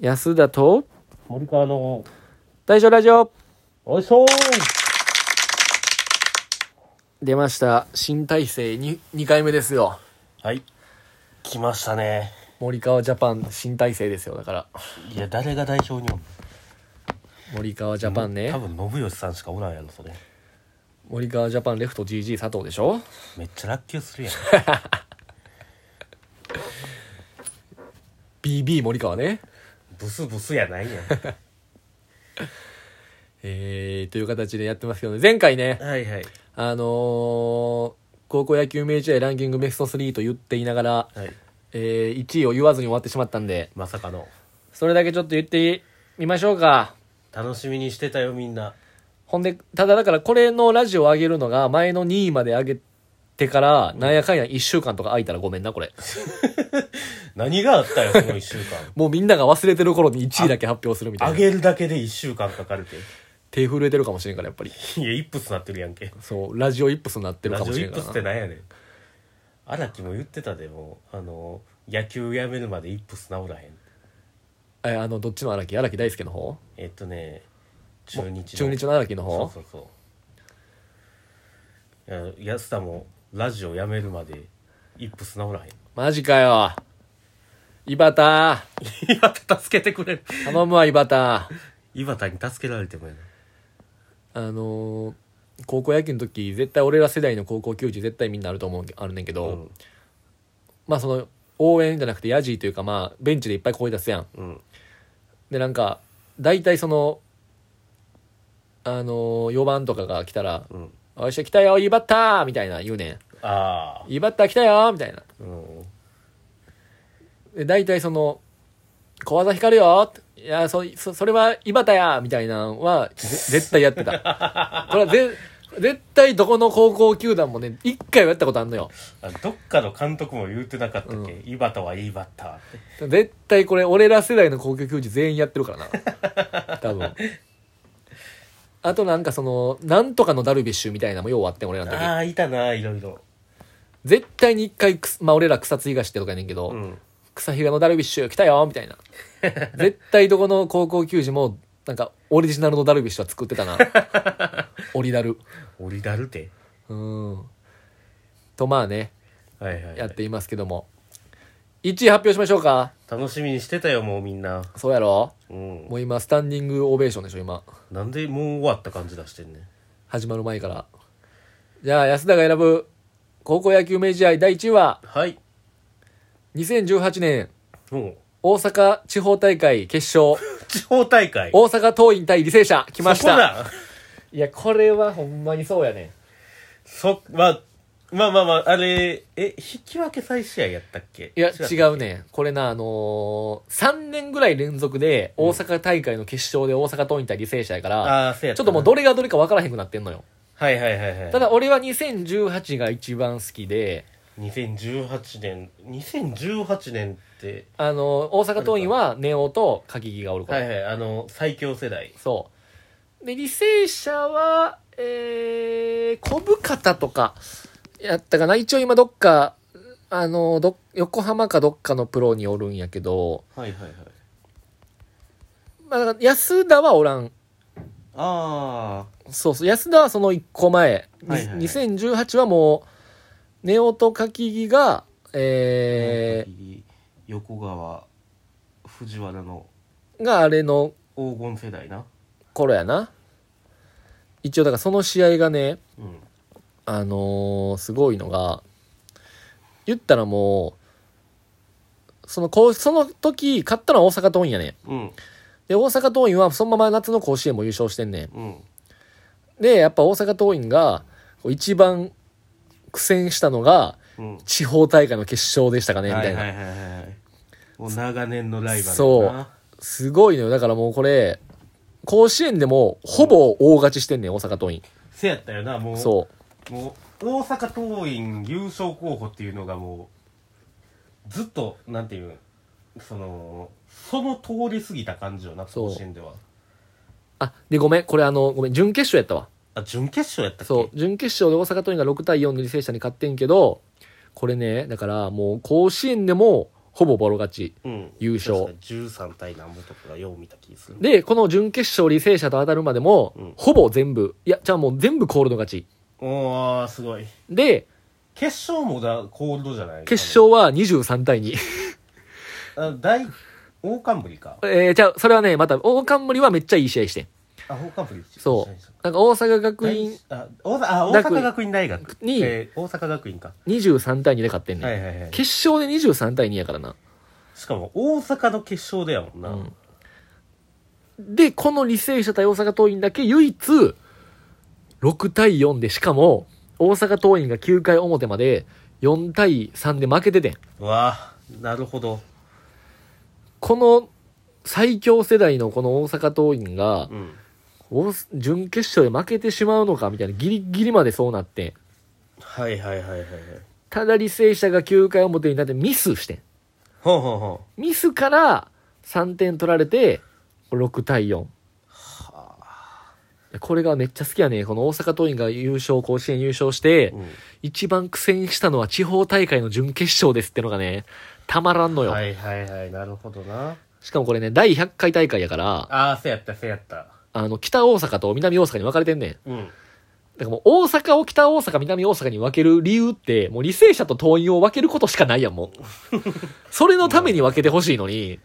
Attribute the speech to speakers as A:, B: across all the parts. A: 安田と
B: 森川の
A: 大将ラジオ
B: おいしょー
A: 出ました新体制に2回目ですよ
B: はい来ましたね
A: 森川ジャパン新体制ですよだから
B: いや誰が代表におん
A: 森川ジャパンね
B: 多分信義さんしかおらんやろそれ
A: 森川ジャパンレフト GG 佐藤でしょ
B: めっちゃラッキーするやん
A: BB 森川ね
B: ブスブスやない やん
A: えー、という形でやってますけどね前回ね
B: はいはい
A: あのー高校野球明治大ランキングベスト3と言っていながら、
B: はい
A: えー、1位を言わずに終わってしまったんで
B: まさかの
A: それだけちょっと言ってみましょうか
B: 楽しみにしてたよみんな
A: ほんで、ただだからこれのラジオ上げるのが前の2位まで上げてから、なんやかんや1週間とか空いたらごめんな、これ。
B: 何があったよその1週 間
A: もうみんなが忘れてる頃に1位だけ発表するみたい
B: あ
A: な。
B: げるだけで1週間かかるて
A: 手震えてるかもしれんから、やっぱり。
B: いやイップスなってるやんけ
A: そう、ラジオイップスになってる
B: ラ
A: か
B: ジ
A: も
B: オ
A: し
B: イ
A: れん
B: ッ
A: か
B: プ
A: ら
B: スって
A: な。
B: なんやねん荒木も言ってたでもうあの野球やめるまでイップス治らへん
A: え、あの、どっちの荒木荒木大輔の方
B: えっとね中日の
A: 中日の荒木の
B: そう
A: 方
B: そうそういや安田もラジオやめるまでイップス治らへん
A: マジかよ。井端、
B: 井端助けてくれる
A: 頼むわ、井端。
B: 井端に助けられてもやな
A: あのー高校野球の時、絶対俺ら世代の高校球児絶対みんなあると思う、あるねんけど、
B: うん
A: まあその応援じゃなくてヤジというかまあベンチでいっぱい声出すやん
B: うん
A: でなんか大体そのあの4番とかが来たら
B: うん
A: 「おいしょ来たよいいバッター!」みたいな言うね
B: ああ
A: ん「いいバッター来たよ!」みたいな
B: うん
A: で大体その「小技光るよ!」いやそそそれは井端や!」みたいなんはぜ絶対やってたこれはぜ絶対どこの高校球団もね一回はやったことあんのよ
B: あどっかの監督も言うてなかったっけ、井端はいいバッターって
A: 絶対これ俺ら世代の高級球児全員やってるからな多分あとなんかそのなんとかのダルビッシュみたいなのもようあってん俺らの時
B: ああいたないろいろ
A: 絶対に一回くすまあ俺ら草津東ってとかやねんけど、
B: うん
A: 草比嘉のダルビッシュ来たよみたい な絶対どこの高校球児もなんかオリジナルのダルビッシュは作って たなオリダル
B: オリダルテ
A: うんとまあね
B: はいはい、は
A: やっ
B: い、
A: ていますけども1位発表しましょうか
B: 楽しみにしてたよもうみんな
A: そうやろ
B: うん
A: もう今スタンディングオベーションでしょ今
B: なんでもう終わった感じ出してんねん
A: 始まる前から。じゃあ、安田が選ぶ高校野球明治試合第1位は、
B: はい
A: 2018年
B: もう
A: 大阪地方大会決 勝、
B: 地方大会
A: 大阪桐蔭対履正社、来まし
B: そこ
A: た。
B: だ
A: いや、これはほんまにそうやね。
B: そ、まあ、まあまあまあ、あれ、え、引き分け再試合やったっけ
A: いや、
B: った
A: 違うね。これな、あのー、3年ぐらい連続で大阪大会の決勝で大阪桐蔭対履正社やから、
B: ああ、そうや
A: ちょっともう
B: ど、
A: どれがどれか分からへんくなってんのよ。
B: はいはいはいはい。
A: ただ、俺は2018が一番好きで、
B: 2018年、2018年って、
A: あのー大阪桐蔭はネオと柿木がおるから
B: はい。はい、あの、最強世代。
A: そう。で、履正社は、えー、小深田とか、やったかな。一応今どっか、あの、ど、横浜かどっかのプロにおるんやけど、
B: はいはいはい。
A: まあ、だから安田はおらん。
B: あ
A: そうそう。安田はその1個前。に
B: はいはいはい
A: 2018はもう、ネオと柿木が、
B: あ、
A: え
B: 横川、藤原の
A: ー、があれの
B: 黄金世代な。
A: 頃やな。一応だからその試合がね、
B: うん。
A: あのーすごいのが、言ったらもう、その、こう、その時、勝ったのは大阪桐蔭やね。
B: うん。
A: で、大阪桐蔭はそのまま夏の甲子園も優勝してんね
B: うん。
A: ん。で、やっぱ大阪桐蔭が、こう一番苦戦したのが、
B: うん。
A: 地方大会の決勝でしたかね、みたいな。
B: はいはいはいはい。もう長年のライバルだな。
A: そうすごいのよ。だからもうこれ、甲子園でも、ほぼ大勝ちしてんねん、大阪桐
B: せやったよな、もう。
A: 蔭。そう。
B: もう大阪桐蔭優勝候補っていうのがもうずっとなんていうんそのその通り過ぎた感じよな
A: そう
B: 甲子園では
A: あ、で、ごめん。これあの、ごめん。準決勝やったわ。
B: あ準決勝やったっけ
A: そう、準決勝で大阪桐蔭が6対4で履正社に勝ってんけど、これね、だからもう甲子園でもほぼボロ勝ち。
B: うん、
A: 優勝
B: 確か13対何ぼとかがよう見た気がする
A: で、この準決勝履正社と当たるまでも、
B: うん
A: ほぼ全部、いや、じゃあもう全部コールド勝ち。
B: おーすごい
A: で、
B: 決勝もだコールドじゃない
A: 決勝は23対2。
B: 勝大大冠か
A: えー、じゃあ、それはね、また、大冠はめっちゃいい試合してん。
B: あ大冠
A: そう。なんか大阪学院
B: あ大阪あ大
A: 学院
B: 阪学院大学
A: に
B: えー大阪学院か
A: 23対2で勝ってんねん。
B: はいはいはい
A: 決勝で23対2やからな。
B: しかも大阪の決勝だよもんな、
A: うんで、この履正社対大阪桐蔭だけ唯一、6対4で、しかも、大阪桐蔭が9回表まで、4対3で負けててん。
B: うわあなるほど
A: この、最強世代のこの大阪桐蔭が
B: う、ん
A: 大阪準決勝で負けてしまうのか、みたいな、ギリギリまでそうなってん。
B: はいはいはいはいはい
A: ただ履正社が9回表になってミスしてん。
B: ほうほうほう
A: ミスから3点取られて、6対4。これがめっちゃ好きやね。この大阪桐蔭が優勝、甲子園優勝して、
B: う
A: 一番苦戦したのは地方大会の準決勝ですってのがね、たまらんの
B: ん、
A: よ。
B: はいはいはいなるほどな
A: しかもこれね、第100回大会やから、
B: ああせやったせやった
A: あの、北大阪と南大阪に分かれてんねん。
B: うん
A: だからもう大阪を北大阪、南大阪に分ける理由って、もう履正社と桐蔭を分けることしかないや ん、もう。それのために分けてほしいのに、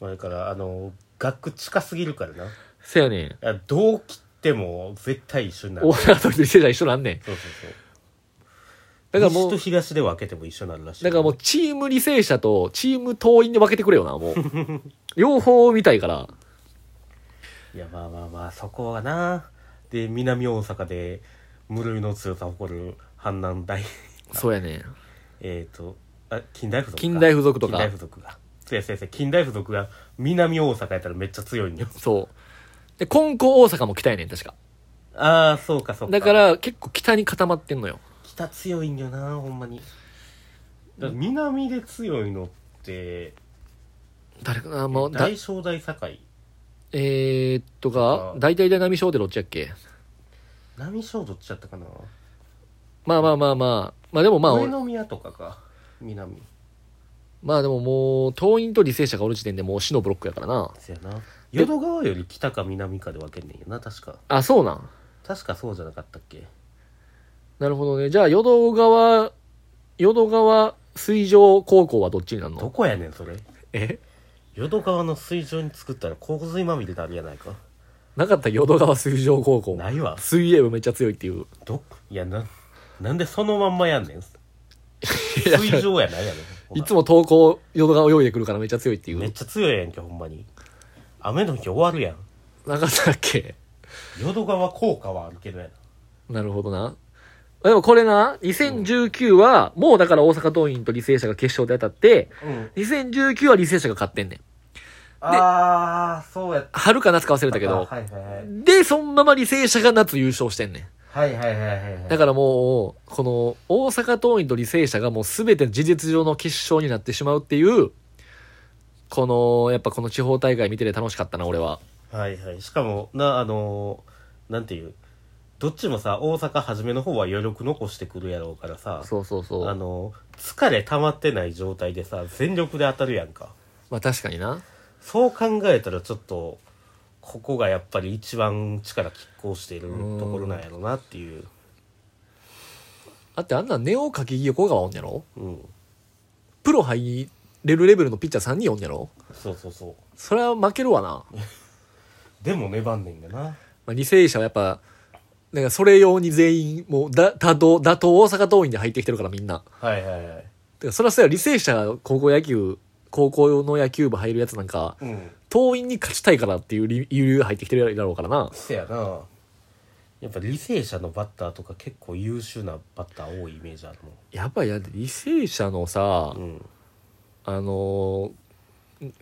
B: まあだからあの学区近すぎるからな
A: せやねん。
B: あどう切っても絶対一緒になる
A: 大阪と履正社一緒なんねん。
B: そうそうそう
A: だからもう
B: 西と、東で分けても一緒になるらしい
A: だからもうチーム履正社とチーム桐蔭で分けてくれよな、もう。 両方見たいから。
B: いやまあまあまあそこはなで南大阪で室井の強さを誇る阪南大
A: そうやねん。
B: えっとあ近代付属か
A: 近代付属とか
B: 近代付属がそうや先生近代付属が南大阪やったらめっちゃ強いんよ
A: そう。で、金光大阪も北やねん、確か。
B: ああそうかそうか
A: だから、結構北に固まってんのよ。
B: 北強いんよなほんまにだから南で強いのって
A: 誰かな、もう、だ
B: 大、正大堺
A: えー、っと
B: あ
A: か、大体大波小でどっちやっけ
B: 南小どっちだったかな
A: まあまあまあまあ。まあでもまあ、
B: 上宮とかか南
A: まあでももう、党員と履正社がおる時点でもう死のブロックやからな。
B: そやな淀川より北か南かで分けんねんよな確か
A: あ、そうなん。
B: 確かそうじゃなかったっけ
A: なるほどね。じゃあ、淀川、淀川水上高校はどっちになる
B: ど
A: の
B: こやねんそれ
A: え
B: 淀川の水上に作ったら洪水まみれになるやないか
A: なかった淀川水上高校。
B: ないわ
A: 水泳部めっちゃ強いっていう。
B: どいやななんでそのまんまやんねん水上やないやねん
A: いつも投稿、淀川泳いでくるからめっちゃ強いってい
B: めっ
A: う。
B: ちゃ強いやんけほんまに雨の日終わるやん
A: なかったっけ
B: 淀川効果はあるけどやな
A: なるほどな。でもこれな、2019は、もうだから大阪桐蔭と履正社が決勝で当たって、
B: うん
A: 2019は履正社が勝ってんねん。
B: ああそうやっ
A: 春か夏か忘れ
B: た
A: たけど。
B: はいはいはい
A: で、そのまま履正社が夏優勝してんね
B: はいはいはいはい
A: ん。だからもう、この、大阪桐蔭と履正社がもう全て事実上の決勝になってしまうっていう、この、やっぱこの地方大会見てて楽しかったな、俺は。
B: はいはいしかもなあのーなんていうどっちもさ大阪初めの方は余力残してくるやろうからさ
A: そうそうそ
B: あ
A: う。
B: のー疲れ溜まってない状態でさ全力で当たるやんか
A: まあ確かにな。
B: そう考えたらちょっとここがやっぱり一番力拮抗しているところなんやろなっていう
A: だってあんなネオかき横川おんやろ
B: うん
A: プロ入れるレベルのピッチャー3人おんやろ
B: そうそうそう
A: それは負けるわ な。
B: でも粘んねんだな
A: まあ、履正社はやっぱ、なんかそれ用に全員、もうだ、打倒、打倒大阪桐蔭で入ってきてるからみんな。
B: はいはいはい
A: てか、それはそうや、履正社が高校野球、高校の野球部入るやつなんか、
B: うん
A: 桐蔭に勝ちたいからっていう理理由で入ってきてるだろうからな。
B: せやなやっぱ履正社のバッターとか結構優秀なバッター多いイメージある
A: やばいや、履正社のさ
B: も、んうん
A: あのー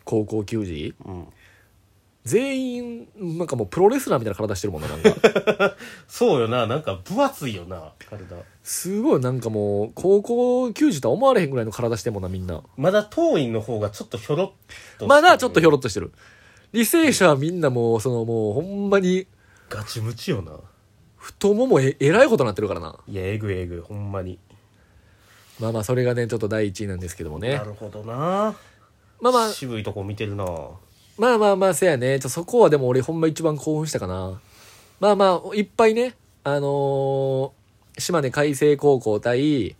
A: 高校球児
B: うん
A: 全員、なんかもうプロレスラーみたいな体してるもんな、なん か。
B: そうよな、なんか分厚いよな、体。
A: すごいなんかもう、高校球児とは思われへんぐらいの体してんもんな、みんな。
B: まだ当院の方がちょっとひょろっと。
A: まだちょっとひょろ
B: っ
A: っとしてる。履正社はみんなもう、そのもう、ほんまに、
B: と。ガチムチよな。
A: 太ももええらいことになってるからな。
B: いや、えぐいえぐい、ほんまに。
A: まあまあ、それがね、ちょっと第一位なんですけどもね
B: な。るほどな。
A: まあまあ
B: 渋いとこ見てるな
A: まあまあまあ、せやね。ちょそこはでも俺ほんま一番興奮したかな。まあまあ、いっぱいね、あのー島根海星高校対、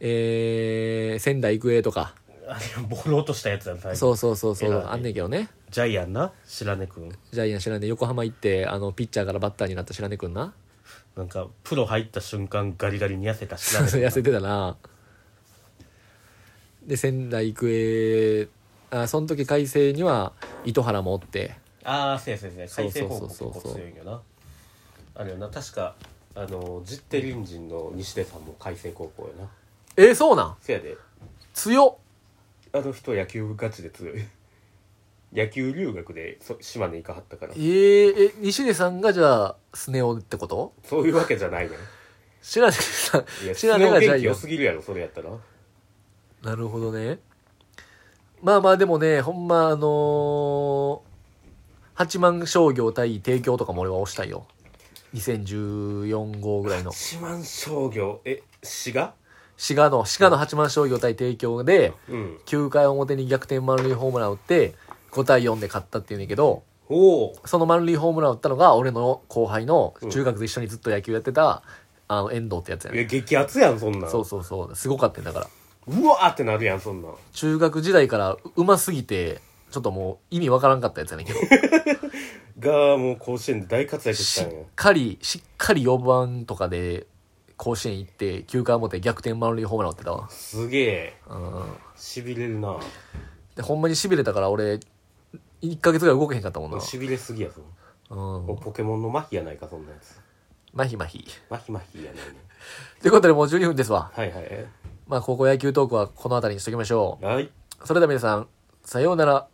A: えー、仙台育英とか。
B: あれボール落としたやつやん最後
A: そうそうそうそう、
B: 偉い
A: あんねんけどね。
B: ジャイアンな白根くん
A: ジャイアン知らね横浜行って、あの、ピッチャーからバッターになった知らねくんな。
B: なんかプロ入った瞬間ガリガリに痩せた白根くん
A: 痩せてたな。で、仙台育英、あ、その時海星には糸原もおって。
B: ああそうやそうやそう
A: そう
B: や改正
A: そう
B: 方
A: そう
B: 向
A: そう
B: 結構強いんよなあれよな確かあの実定隣人の西出さんも海星高校やな
A: えーそうなん
B: せやで
A: 強っ
B: あの人野球ガチで強い 野球留学でそ島根行かはったから
A: えー、え、西出さんがじゃあ、スネ夫ってこと
B: そういうわけじゃないね
A: 白根さん
B: い や、
A: 白根がジャ
B: 元気
A: イア
B: 良
A: ン
B: すぎるやろそれやったら
A: なるほどねまあまあでもねほんまあのー、八幡商業対帝京とかも俺は押したいよ2014号ぐらいの
B: 八幡商業え滋賀
A: 滋賀の滋賀の八幡商業対帝京で
B: うん
A: 9回表に逆転満塁ホームラン打って5対4で勝ったっていうんだけど
B: おお
A: その満塁ホームラン打ったのが俺の後輩の中学で一緒にずっと野球やってた、あの遠藤ってやつや
B: い
A: ね
B: や激アツやんそんなん
A: そうそうそうすごかったんだから
B: うわーってなるやんそんなん
A: 中学時代からうますぎてちょっともう意味わからんかったやつやねんけどし
B: がもう甲子園で大活躍したんや
A: っかりしっかり4番とかで甲子園行って9回表逆転満塁ホームラン打ってたわ
B: すげえ
A: うん
B: しびれるな
A: でほんまに痺れたから俺1ヶ月ぐらい動けへんかったもんな
B: しびれすぎやぞ、
A: うん
B: ポケモンの麻痺やないかそんなやつ
A: まひまひ
B: 麻痺麻痺やないね
A: ということでもう12分ですわ
B: はいはい
A: まあ高校野球トークはこの辺りにしときましょ
B: はいう
A: それでは皆さんさようなら